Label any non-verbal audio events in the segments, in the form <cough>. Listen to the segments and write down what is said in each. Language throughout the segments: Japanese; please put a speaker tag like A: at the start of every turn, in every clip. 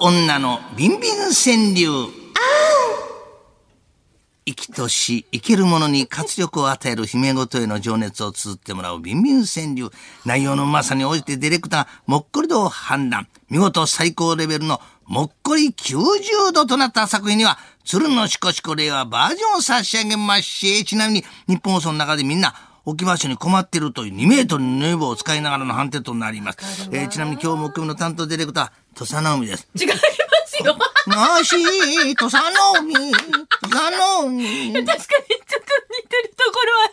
A: 女のビンビン川柳。生きとし、生けるものに活力を与える姫ごとへの情熱を綴ってもらうビンビン川柳。内容のうまさに応じてディレクターがもっこり度を判断。見事最高レベルのもっこり90度となった作品には、鶴のしこしこ令和バージョンを差し上げますし、ちなみに日本放送の中でみんな置き場所に困っているという2メートルのヌーボーを使いながらの判定となります。えーちなみに今日木曜日の担当ディレクターは土佐直美です。
B: 違いますよ。 <laughs>
A: なし、土佐のみ、土佐のみ。
B: 確かにちょっと似てるところは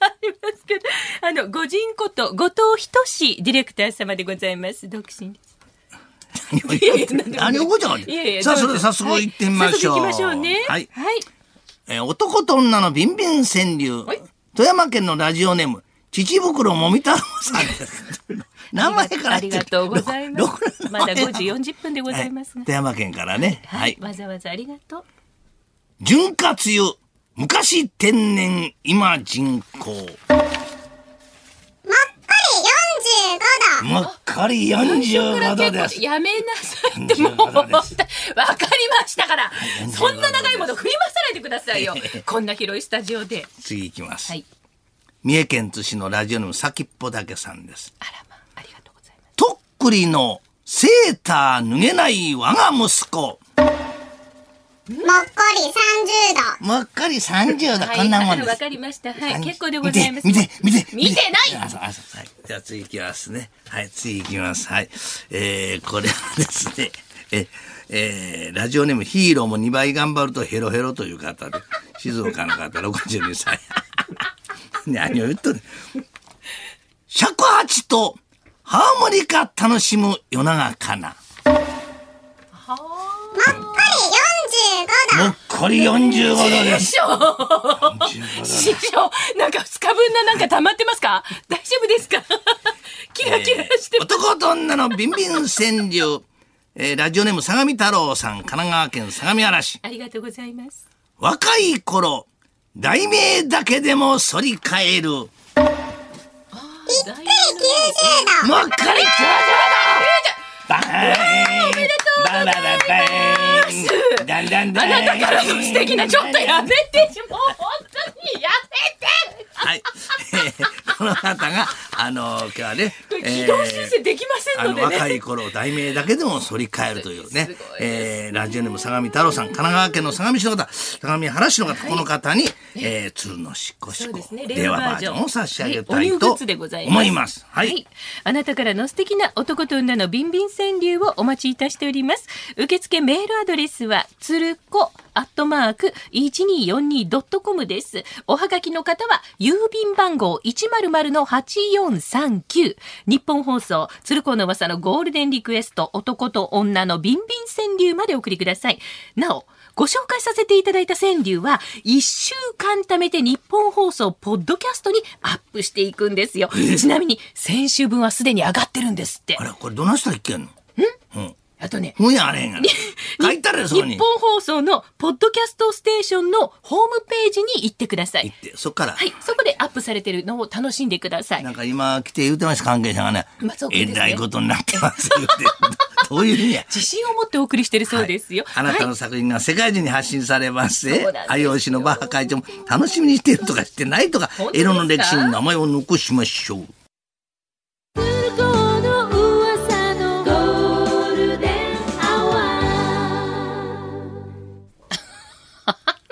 B: ありますけど、あの、ご人こと、後藤仁ディレクター様でございます。独身です。
A: 何をごちゃご
B: いやいや、
A: さあ、そ
B: どう
A: れで
B: ぞ
A: は早速行ってみましょう。
B: はい早速行きましょうね。
A: はい。
B: はい。
A: えー男と女のビンビン川柳
B: い。
A: 富山県のラジオネーム、乳袋もみ太郎
B: <laughs>
A: さんです。名前から
B: ありがとうございま
A: ろくろく
B: す。
A: な
B: ま
A: 名
B: だ
A: 前
B: 5時40分でございます
A: は
B: が
A: い。富山県からね。は
B: はいい。。わざわざありがとう。
A: 潤滑油、昔天然、今人工。
C: もっこり45度。
A: もっかり45度です。
B: やめなさいってもう、わかりましたから、そんな長いもの振り回さないでくださいよ。こんな広いスタジオで。
A: 次行きます。
B: はい。
A: 三重県津市のラジオネーム、先っぽだけさんです。
B: あらま、ありがとうございます。
A: とっくりのセーター脱げない我が息子。
C: もっこり30度。
A: もっかり30度、
B: はい
A: こんなもん
B: あ
A: で
B: わ
A: す。
B: かりました。はい。
A: 30
B: 結構でございます。
A: 見て、見て、
B: 見てない
A: あそうあそうはいじゃあ次行きますね。はい、次行きます。はい。えー、これはですね、え、えーラジオネームヒーローも2倍頑張るとヘロヘロという方で、静岡の方、62歳。 <laughs> 何を言っとる尺八とハーモニカ楽しむ夜長かな。
C: もっこり
A: もっこり45度です。
B: 師匠師匠なんか2日分のなんか溜まってますか大丈夫ですか <laughs> キラキラして
A: え
B: ます。
A: ー男と女のビンビン川柳。えーラジオネーム相模太郎さん、神奈川県相模原市。
B: ありがとうございます。
A: 若い頃、題名だけでも反り返る。もっ
B: だいぶ
C: 90度。
A: かり90度バーンおめでとうバラバラバーンだんだんだ
B: あ
A: ん
B: なたからの素敵なちょっとやめてもう本当にやめて
A: はい。えーこの方が、あのー今日はね、
B: これ
A: えー
B: 軌道修正できませ
A: あ
B: んの
A: の
B: でね。
A: 若い頃題名だけでも反り返るというね
B: すごいですね
A: えーラジオネーム相模太郎さん神奈川県の相模市の方相模原市の方、この方に、えー、鶴のしっこし
B: そう
A: こ、
B: ですね。
A: 令
B: 令和
A: 和バ
B: バ
A: ー
B: ー
A: ジ
B: ジ
A: ョ
B: ョ
A: ン
B: ン
A: を
B: を
A: 差
B: 差
A: し
B: し
A: 上
B: 上
A: げ
B: げ
A: た
B: た
A: い
B: い
A: と
B: と
A: 思います。はい、
B: あなたからの素敵な男と女のビンビン川柳をお待ちいたしております。受付メールアドレスは、つるこ、アットマーク、1242.com です。おはがきの方は、郵便番号100-8439。日本放送、つるこの噂のゴールデンリクエスト、男と女のビンビン川柳までお送りください。なお、ご紹介させていただいた川柳は、1週間貯めて日本放送、ポッドキャストにアップしていくんですよ。ちなみに、先週分はすでに上がってるんですって
A: あ。れこれどないしたらいけんの
B: あとね、
A: 本屋あれへ
B: <laughs>
A: んがな書いてあるよそこ
B: 日
A: に
B: 本放送のポッドキャストステーションのホームページに行ってくださ
A: 行
B: い
A: っ。てそっから、
B: はい、そこでアップされてるのを楽しんでください
A: な。んか今来て言うてました関係者がね
B: まあそうです
A: え
B: ね
A: らいことになってます言うて <laughs> どういう意味や
B: 自信を持ってお送りしてるそうですよ。
A: あなたの作品が世界中に発信されます、
B: そうなんですよ
A: IOC のバッハ会長も楽しみにしてるとかしてないとか
B: 本当で
A: エ
B: すか
A: ロの歴史に名前を残しましょう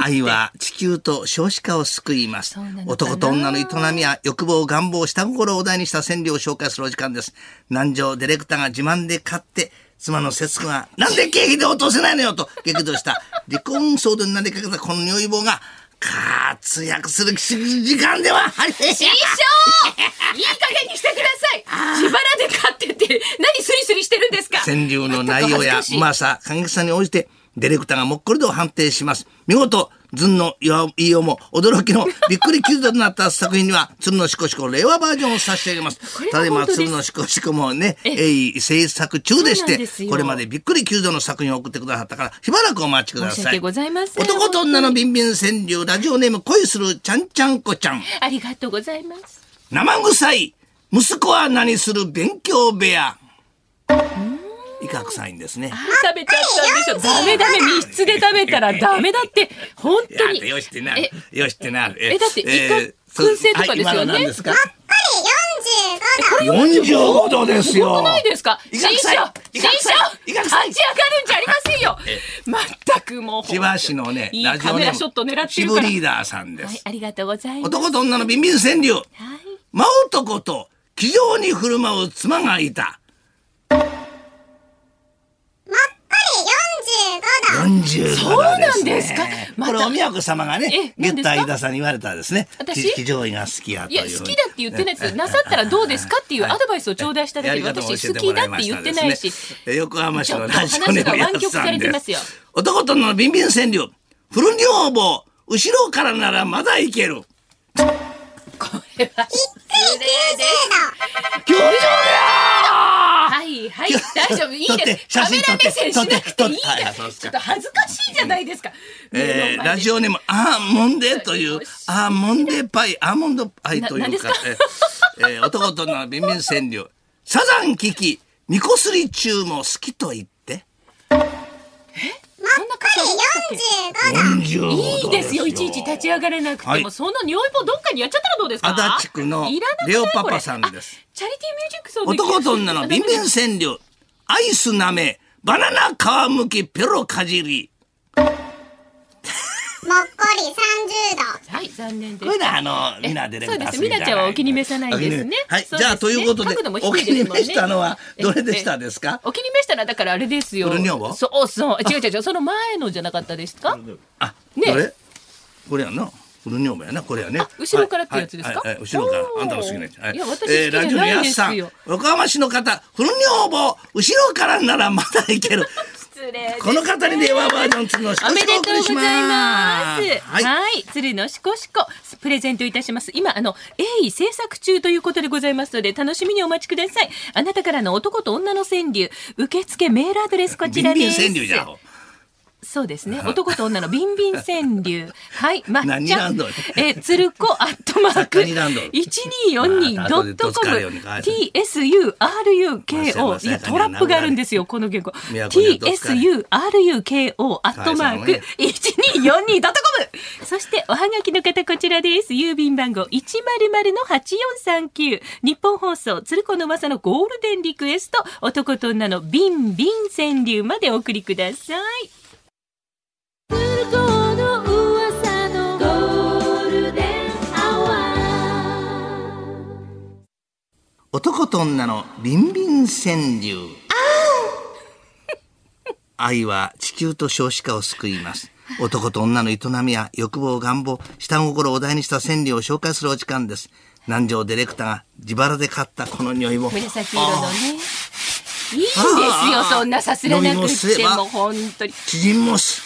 A: 愛は地球と少子化を救います
B: そうなのかな
A: 男と女の営みや欲望願望下心をお題にした川柳を紹介するお時間です南條ディレクターが自慢で買って妻の節子が「なんで経費で落とせないのよ」と激怒した離婚騒動になりかけたこの如意棒が活躍する時間ではあり
B: 師匠いい加減にしてください自腹で買ってて何スリスリしてるんですか
A: 川柳の内容や
B: 恥ずかし
A: う
B: い
A: まさ、感激さに応じて、ディレクターがもっこりと判定します。見事、ずんの言いようも驚きのびっくり90度となった作品には、鶴のしこしこ令和バージョンを差し上げます。
B: これは
A: ただいま
B: 本当です
A: 鶴のしこしこもね、鋭意制作中でし
B: そうなんです
A: て、
B: よ
A: これまでびっくり90度の作品を送ってくださったから、しばらくお待ちくだ
B: 申し
A: さい。
B: 訳ございません
A: 男と女のビンビン川柳、ラジオネーム恋するちゃんちゃんこちゃん。
B: ありがとうございます
A: 生臭い、息子は何する勉強部屋。イカ臭いんですね。
B: 食べちゃったんでしょ。ダメダメ、密室で食べたらダメだって、本
A: い
B: 当
A: や
B: に。
A: よしてな
B: え、
A: よしてな。
B: えだってイカ
A: そう
B: 燻製とかですよね
A: はい今の何ですか
C: 45度
A: 45度ですよ。
B: 多くないですか
A: い
B: 新
A: か
B: 書
A: く
B: 新
A: さ
B: 書立ち
A: いいかくさ
B: 上がる
A: いいかくさい
B: んじゃありませんよまったくもう
A: 千葉市のね、
B: いい
A: ラジオ
B: カメ
A: ネ
B: ラショット狙ってるか
A: ーム、
B: ら
A: シブリーダーさんで
B: はい
A: す。
B: ありがとうございます
A: 男と女のビンビン川柳、
B: はい
A: 真男と気丈に振る舞う妻がいた。
C: もっこり
A: 45度で
C: 45度
A: す、ね。
B: そうなんですかま
A: こ
B: た
A: れお宮子様がね、
B: え何
A: 月
B: ですか
A: 田井田さんに言われたんですね。
B: 私
A: き気丈位が好きやと
B: い
A: い
B: や
A: う。
B: 好きだって言ってないですなさったらどうですかっていうアドバイスを頂戴しただけで
A: やり方を
B: 私
A: 教え
B: 好
A: ても
B: き
A: ら
B: だ
A: い
B: っ
A: ま
B: て
A: した
B: 言
A: ね
B: ってないし
A: え横浜市のラジオネームやつさん
B: ちょっと話が湾曲されて
A: で
B: ますよ
A: す。男とのビンビン川柳、古女房、後ろからならまだいける。
B: これは失礼です
A: 教場
B: はいはい大丈夫いい
A: <laughs> 撮っ
B: で
A: て
B: すカ
A: 写真
B: メ
A: 撮
B: ラ
A: って
B: 目線しなくていいで
A: 撮ってはいそうです
B: すちょ
A: か
B: っと恥ずかしいじゃないですか
A: えー、ラジ
B: オ
A: オネーム、アーモンデという
B: 美味しい、
A: アーモンデパイ、アーモンドパイとい
B: な何で
A: う
B: す
A: か
B: か、
A: えーえー男とのビンビン川柳、サザン聞き、みこすり中も好きと言って。
B: そんな方いましたっけ
C: 45度
A: 45
B: いいですよ、いちいち立ち上がれなくても、
A: はい
B: その尿意棒どっかにやっちゃったらどうですか
A: 足立区の
B: いらなくない
A: レオパパさん
B: これ
A: です
B: あチャリティーミュージックソング
A: 男と女のビンビン川柳、アイス舐め、バナナ皮むき、ペロかじり。
C: もっこり30度
B: はい、残念で
A: こういう
B: す
A: の。はあの、みなディレクター
B: そうですミナちゃんはお気に召さないんですね
A: お気に召はい、
B: そうです
A: じ
B: ね
A: ゃあということで
B: 角度も、
A: お
B: 低い
A: 気
B: ですもんね
A: に召したのは、どれでしたですか
B: お気に召したらだからあれですよ。
A: ブルニョーボ
B: そうそう。違う違う違う。その前のじゃなかったですか
A: あ、
B: ね
A: これこれやんな。この女房やな、これやね
B: あ。後ろからってやつですか
A: はいはいはい後ろから
B: お。ー
A: あんたが好きなやつ。はい
B: や私好き
A: えー
B: じゃないですよ
A: ラジオのやすさん横浜市の方、古女房、後ろからならまだいけ
B: <laughs>
A: る。
B: 失礼です
A: この方に電話バージョンつるのしこ
B: おめ
A: し
B: で
A: こをお
B: と
A: 送
B: う
A: り
B: ご
A: し
B: ざい
A: ま
B: ます。
A: す。
B: はい、
A: はい。
B: 鶴のしこしこ、プレゼントいたします。今、あの、鋭意制作中ということでございますので、楽しみにお待ちください。あなたからの男と女の川柳、受付メールアドレスこ
A: ビ
B: ちら
A: ンビ
B: で
A: ン
B: す。
A: 川柳じゃん。
B: そうですね。男と女のビンビン川柳。はい、まっ
A: 何
B: ち
A: ラ
B: ゃ
A: ン
B: ん
A: ド。
B: え、鶴子アットマーク。
A: 何ランドまあ後でどつかれるように
B: 1242.com。
A: ま
B: tsuruko。い
A: せん
B: や、トラップがあるんですよ、この言語。tsuruko アットマーク。1242.com そしておはがきの方こちらです郵便番号100-8439日本放送鶴子の噂のゴールデンリクエスト男と女のビンビン川柳までお送りください鶴子の噂のゴールデンアワー
A: 男と女のビンビン川柳。愛は地球と少子化を救います。男と女の営みや欲望、願望、下心をお題にした川柳を紹介するお時間です。南條ディレクターが自腹で買ったこの匂いも。
B: 紫色のねいいんです
A: あ
B: よ
A: ー
B: そんなさすらなくっ
A: 飲み干せ
B: て
A: ば
B: も本当に
A: 知人もし、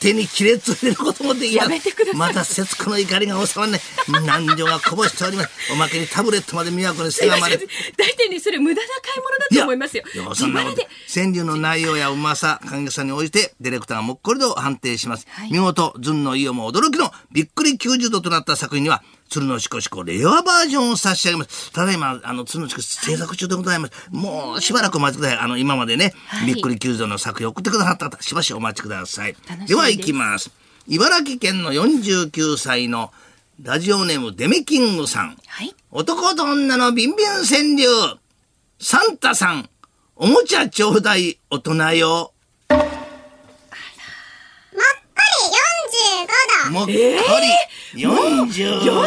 A: 家庭に亀裂を入れることもできます。
B: やめてください
A: また節子の怒りが収まらない。南條がこぼしております。おまけにタブレットまで美和子にせがまれ。
B: 大体ねそれ無駄な買い物だと思いますよ
A: いやいやそんなこ
B: 自
A: と
B: 腹で。
A: 川柳の内容やうまさ、関係さに応じて、ディレクターがもっこりと判定します。
B: はい
A: 見事、ずんのイオも驚きのびっくり90度となった作品には、鶴のしこしこ令和バージョンを差し上げます。ただいま、あの、鶴のしこ制作中でございます。もう、しばらくお待ちください。あの、今までね、
B: はい
A: びっくり90度の作品を送ってくださった方、しばしお待ちください。
B: 楽しみです
A: では、行きます。茨城県の49歳のラジオネームデメキングさん。
B: はい
A: 男と女のビンビン川柳。サンタさん、おもちゃちょうだい、大人よ。
C: も
A: もっ
C: っこり45度
A: こ
B: え
A: り、45度。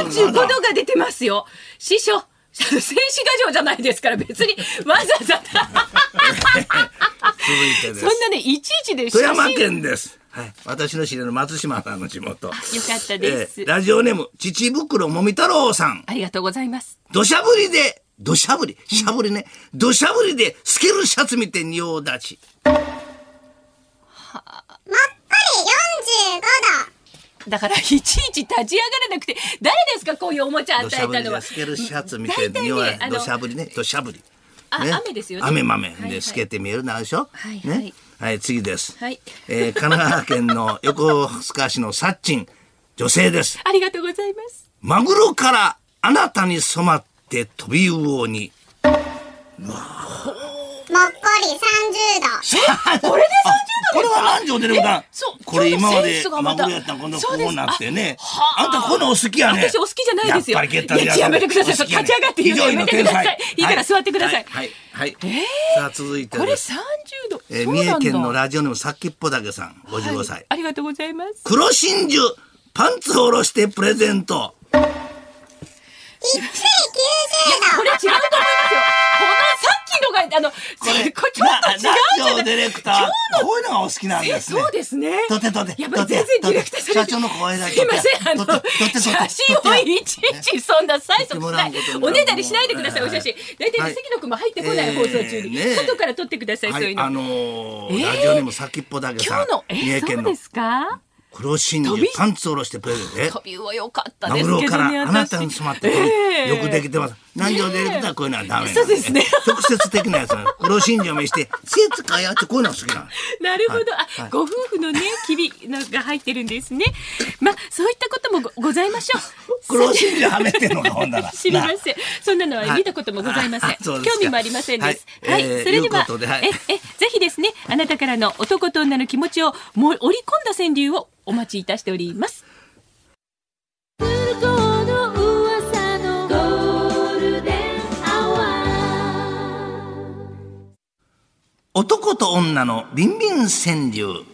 B: 45度が出てますよ師匠静止画像じゃないですから別にわざわ
A: 続いて
B: ざ
A: で
B: そん
A: す。
B: なねいちいちで写
A: 富
B: 真
A: 山県です。はい。私の知り合いの松島さんの地元。
B: よかったです、
A: えーラジオネーム、父袋もみ太郎さん。
B: ありがとうございます
A: 土砂降りで、土砂降り、しゃぶりね。土砂降りで、透けるシャツ見て仁王立ち。
C: もっこり45度
B: だからいちいち立ち上がれなくて誰ですかこういうおもちゃ与
A: 土
B: え
A: 砂降
B: た
A: り
B: の
A: で
B: は
A: 透けるシャツ見て
B: 大体ね
A: 匂い
B: あの
A: 土砂降りね土砂降り。
B: あ雨ですよね
A: 雨豆
B: はいは
A: で
B: い
A: 透けて見えるなでしょ。
B: はいはい
A: ね。はい次です。
B: はい
A: えー神奈川県の横須賀市のサッチン女性です。
B: ありがとうございます
A: マグロからあ
B: <laughs>
A: なたに染まって飛び魚に。
C: もっこり30度。
A: これで30度これは何畳出るか
B: そう
A: これ今まで
B: ちょっとセンスがま
A: マ
B: た
A: グロやったら今度
B: そ
A: こ
B: うです
A: うなってね
B: あはあ
A: あんたこういうのお好きやね
B: 私お好きじゃないですよ
A: やっぱりゲッターで
B: いややめてください
A: お好きやね
B: 立ち上がって言うのやめてください
A: 非常にの天才
B: いいから座ってください
A: はいはいはいさあ続いて
B: これ
A: で
B: 30
A: す
B: 度。
A: えー
B: そう
A: 三
B: なんだ
A: 重県のラジオネームさっきっぽだけさん55
B: はい
A: 歳
B: ありがとうございます。
A: 黒真珠パンツ下ろしてプレゼント
C: 190
B: こ
C: 度。
B: れ違うと思いますよ。このさっきのが、あの、これ <laughs> これちょっと違うじゃない
A: なラジオディレクターこういうのがお好きなんですね
B: そうですね。
A: 撮って撮って
B: やっぱり
A: 撮って
B: 全然ディレクターされ
A: 社
B: て
A: 長の声だけ
B: すいません、あ
A: 撮
B: の
A: って撮って撮っ、て
B: 写真
A: 撮
B: を
A: って
B: いちいちそんな催促しない
A: 撮ってもらうことにな。る
B: おねだりしないでください、
A: は
B: お
A: い
B: 写真。大体
A: は
B: ね
A: い
B: 関野くんも入ってこない
A: えー
B: 放送中に
A: ねえ。
B: 外から撮ってください、そう
A: はいいうあ
B: の。
A: のー
B: えー
A: ラジオネームさっきっぽだけ
B: 今
A: さん
B: 日の、え
A: 三重
B: ー、そ
A: 県
B: う
A: の
B: ですか
A: 黒真珠
B: 飛び
A: パンツ下ろしてプレゼントえ
B: 飛びは良かった
A: マ
B: です
A: グ
B: けど
A: ロ
B: ね、
A: からあなた
B: 私
A: に染まって
B: ええ
A: よくできてます南條ディレクターはこういうのはダメなん
B: そうですね
A: 直接的なやつなの黒真珠を見して「せつかよ」ってこういうのが好きなの
B: <laughs> なるほど、あ、
A: はい
B: ご夫婦のね、 <laughs> きびのが入ってるんですね。まあ、そういったこともごございましょ
A: <laughs>
B: う。
A: 黒真珠はめてんのかほんな
B: <laughs>
A: ら
B: 知りま
A: な
B: せん。そんなのは
A: はい
B: 見たこともございません
A: あ。そうですか
B: 興味もありませんです。
A: は
B: はいい、
A: えー
B: それで
A: いう
B: は
A: ことではい
B: ええぜひですね、あなたからの男と女の気持ちをもう織り込んだ川柳をお待ちいたしております。
A: 男と女のビンビン川柳。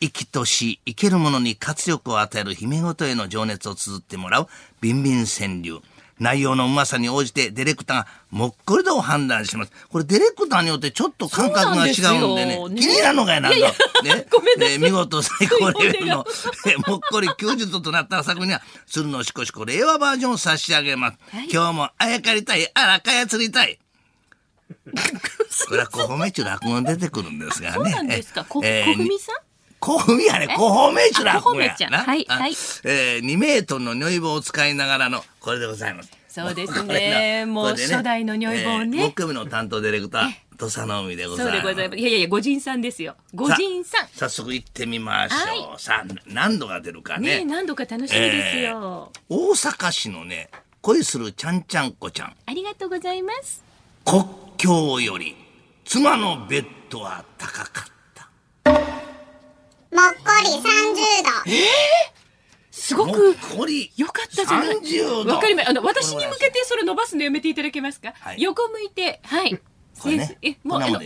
A: 生きとし生けるものに活力を与える姫ごとへの情熱を綴ってもらうビンビン川柳。内容のうまさに応じてディレクターがもっこりと判断します。これディレクターによってちょっと感覚が違うんでね。
B: そうなんですよね
A: 気になるのかいなんだ。
B: いやいや
A: ね
B: <laughs> ごめんなさい
A: えー見事最高レベ
B: <laughs>
A: ルのえーもっこり90度となった作品には鶴のしこしこ令和バージョンを差し上げます。
B: はい
A: 今日もあやかりたい、あらかやつりたい。これは古褒め中落語に出てくるんですがね。
B: そうなんですか。こ、
A: えー
B: 小文さん。
A: 古墳やね、古墳名手落語や
B: あ古墳名ちゃん
A: な。
B: はい
A: あ
B: はい
A: えー、2メートルの如意棒を使いながらの、これでございます。
B: そうですね
A: これな
B: もう
A: これで
B: 初代の如意棒ね
A: えー木目の担当ディレクター、土佐の海でござ
B: そう
A: います。
B: でございます。いやいやいや、ご人さんですよ。ご人さん。
A: 早速行ってみましょう。
B: は
A: さあ、何度が出るか
B: ねえ
A: ね。
B: 何度か楽しみですよ。
A: 大阪市のね、恋するちゃんちゃんこちゃん、
B: ありがとうございます。
A: 国境より、妻のベッドは高かった。
C: もっこり30度。
B: すご
A: もっ
B: く。
A: こり。
B: よかったじゃない。
A: 30度
B: わかりまあの私に向けてそれ伸ばすのやめていただけますか。
A: はい
B: 横向いて、はい。
A: これね
B: ええもう
A: こん
B: あのも
A: なもん
B: う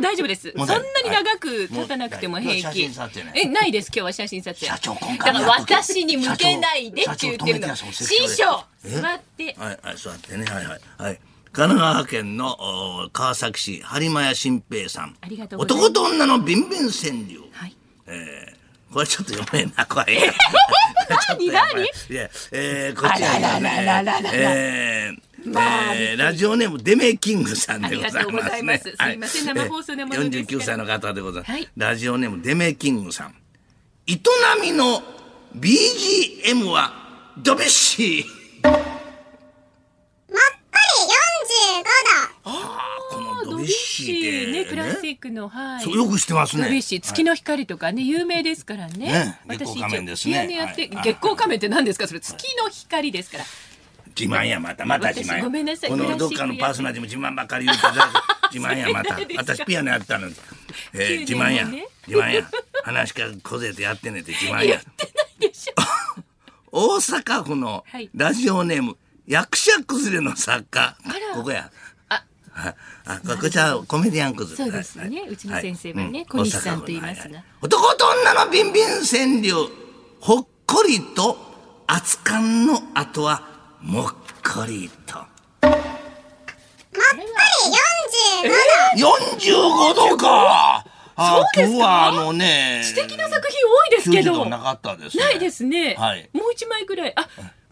A: でいい
B: も
A: です
B: う大丈夫です。そ
A: もうん
B: な
A: 大
B: に
A: 丈夫
B: 長く立たなくても平気。
A: もう大丈夫今日は写真撮影
B: えないです。今日は写真撮影。
A: 社長今
B: だ
A: 回
B: から
A: やっとけ
B: 私に向けないでって言ってるの。
A: 社長
B: 師
A: 社長止めて
B: 匠
A: やその説教で
B: 座って。
A: はいはい座ってねはいはいはい神奈川県のおー川崎市播磨屋新平さん
B: ありがとうございます
A: 男と女のビンビン川柳
B: はい。
A: えー、これちょっと読めんな怖いちょっと
B: <laughs> 何
A: やばい
B: 何
A: いやえー、こっち
B: あらららららら
A: えーえーラジオネームデメキングさんでございま
B: ありがとうござい
A: すね。
B: ますすいません生放送なものですから
A: 49歳の方でございます。
B: はい
A: ラジオネームデメキングさん。営みの BGM はドビッシー。
C: もっこり45度。
A: あーこの
B: ド
A: ド
B: ビュ
A: ビ
B: ッ
A: ッ
B: シ
A: シ
B: ー
A: ー
B: ね
A: ね
B: クラシックのはい。
A: そうよく知ってますね。
B: ドビュッシー月の光とかね有名ですからね。
A: ね
B: 私一
A: 月光仮面
B: 応
A: ですね
B: ピアノやって、
A: はいはい
B: 月光仮面って何ですかそれ月の光ですから。
A: 自慢やまたまた自慢
B: 私ごめんなさい
A: このどっかのパーソナリティも自慢ばっかり言うてた
B: <laughs>
A: 自慢やまた
B: そうなんですか
A: 私ピアノやったのに、えー自
B: 九年
A: 慢や、
B: もね <laughs>
A: 自慢や話が小勢とやってねって自慢
B: 言
A: や
B: ってないでしょ。
A: 大阪府の
B: はい
A: ラジオネーム、役者崩れの作家
B: ら
A: ここや
B: あ
A: ああここじゃコメディアン崩れ
B: そうですねうちの先生はね
A: うん
B: 小西さんと
A: 大阪府の
B: 言いますが
A: はは男と女のビンビン川柳ほっこりと熱燗の後はもっこりと。
C: もっこり45度。
A: 45度かあ
B: そうですか
A: 今日はあのね
B: 素敵な作品多いですけ
A: 90
B: ど。
A: 度なかったですね
B: ないですね。
A: はい
B: もう一枚ぐらい。あ、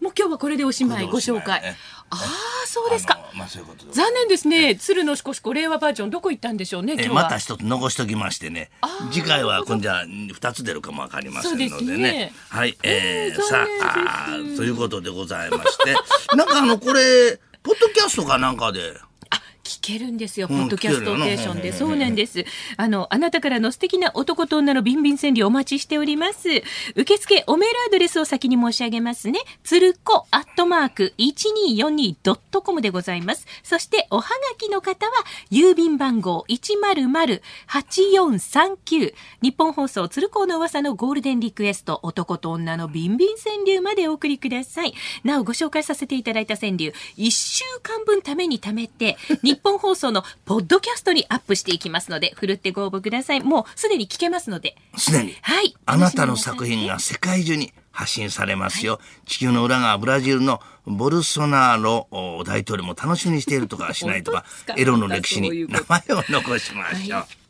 B: もう今日はこれでおしまい
A: これで
B: ご
A: おしまい
B: 紹介
A: ね。
B: ああそうですか。
A: あのまあそういうことで
B: 残念ですね。鶴のしこしこ令和バージョンどこ行ったんでしょうね今
A: え
B: 日
A: ま
B: は
A: た。一つ残しときましてね次回は今度は2つ出るかもわかりませんのでね
B: そうですね
A: はいえ
B: え
A: ー
B: ー
A: さ
B: 残念
A: あ
B: で
A: あ
B: す
A: ーと <laughs> いうことでございましてなんかあのこれポッドキャストかなんかで
B: あ、聞聞けるんですよ、
A: うん
B: ポッドキャストステーションで。
A: 聞けるよな
B: そうなんです。あの、あなたからの素敵な男と女のビンビン川柳お待ちしております。受付、おメールアドレスを先に申し上げますね。つるこ、アットマーク、1242.com でございます。そして、おはがきの方は、郵便番号100-8439、日本放送、鶴光の噂のゴールデンリクエスト、男と女のビンビン川柳までお送りください。なお、ご紹介させていただいた川柳、1週間分ために貯め
A: <laughs>
B: て、日本放送のポッドキャストにアップしていきますので、ふるってご応募ください。もうすでに聞けますので。
A: すでに、
B: はい
A: あなたの作品が世界中に発信されますよ。地球の裏側、ブラジルのボルソナロ
B: <laughs>
A: お大統領も楽しみにしているとかしないとか
B: 本当ですか、
A: エロの歴史に名
B: ま
A: 前を残しましょう。
B: はい